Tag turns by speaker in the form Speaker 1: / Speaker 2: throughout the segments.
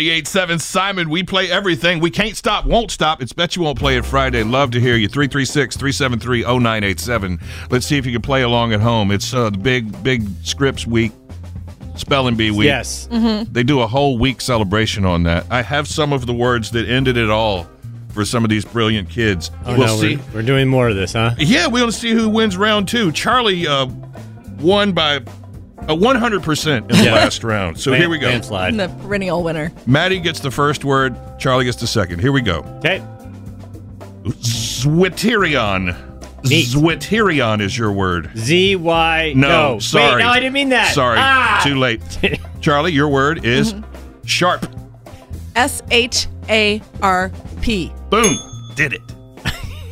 Speaker 1: 98.7 Simon, we play everything. We can't stop, won't stop. It's Bet You Won't Play It Friday. Love to hear you. 336 373 0987. Let's see if you can play along at home. It's uh, the big, big scripts week, spelling bee week.
Speaker 2: Yes. Oh,
Speaker 1: They do a whole week celebration on that. I have some of the words that ended it all for some of these brilliant kids.
Speaker 2: Oh,
Speaker 1: we'll
Speaker 2: no,
Speaker 1: see.
Speaker 2: We're, we're doing more of this, huh?
Speaker 1: Yeah, we want to see who wins round two. Charlie uh, won by uh, 100% in the
Speaker 2: Yeah.
Speaker 1: last round. So
Speaker 2: Man-
Speaker 1: here we go.
Speaker 2: Landslide.
Speaker 3: The perennial winner.
Speaker 1: Maddie gets the first word, Charlie gets the second. Here we go.
Speaker 2: Okay.
Speaker 1: Zwitterion.
Speaker 2: Neat.
Speaker 1: Zwitterion is your word.
Speaker 2: Z Y.
Speaker 1: No, sorry.
Speaker 2: Wait, no, I didn't mean that.
Speaker 1: Sorry,
Speaker 2: Ah! Mm-hmm.
Speaker 1: too late. Charlie, your word is sharp.
Speaker 3: S H A R P.
Speaker 1: Boom, did it.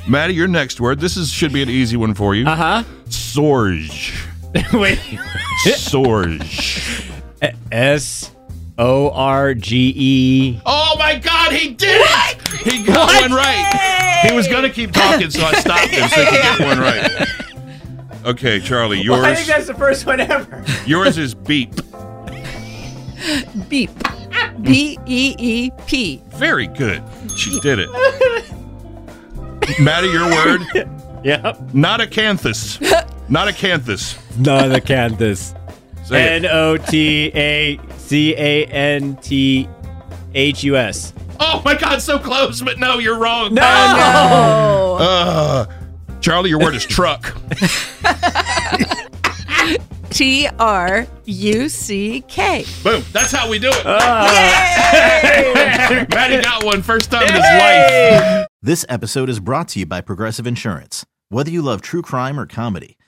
Speaker 1: Maddie, your next word. This is should be an easy one for you.
Speaker 2: Uh huh.
Speaker 1: Sorge.
Speaker 2: Wait.
Speaker 1: Sorge.
Speaker 2: S O R G E.
Speaker 1: Oh my God, he did it! He got one right. He was gonna keep talking, so I stopped him so he could get one right. Okay, Charlie, yours.
Speaker 2: I think that's the first one ever.
Speaker 1: Yours is beep.
Speaker 3: Beep. B E E P.
Speaker 1: Very good. She did it. Maddie, your word?
Speaker 2: yep.
Speaker 1: Not a canthus. Not a canthus.
Speaker 2: Not a canthus.
Speaker 1: Say it.
Speaker 2: N O T A C A N T H U S.
Speaker 1: Oh my God, so close, but no, you're wrong.
Speaker 3: Oh.
Speaker 1: Uh, Charlie, your word is truck.
Speaker 3: T R U C K.
Speaker 1: Boom. That's how we do it.
Speaker 3: Yay!
Speaker 1: Maddie got one first time in his life.
Speaker 4: This episode is brought to you by Progressive Insurance. Whether you love true crime or comedy,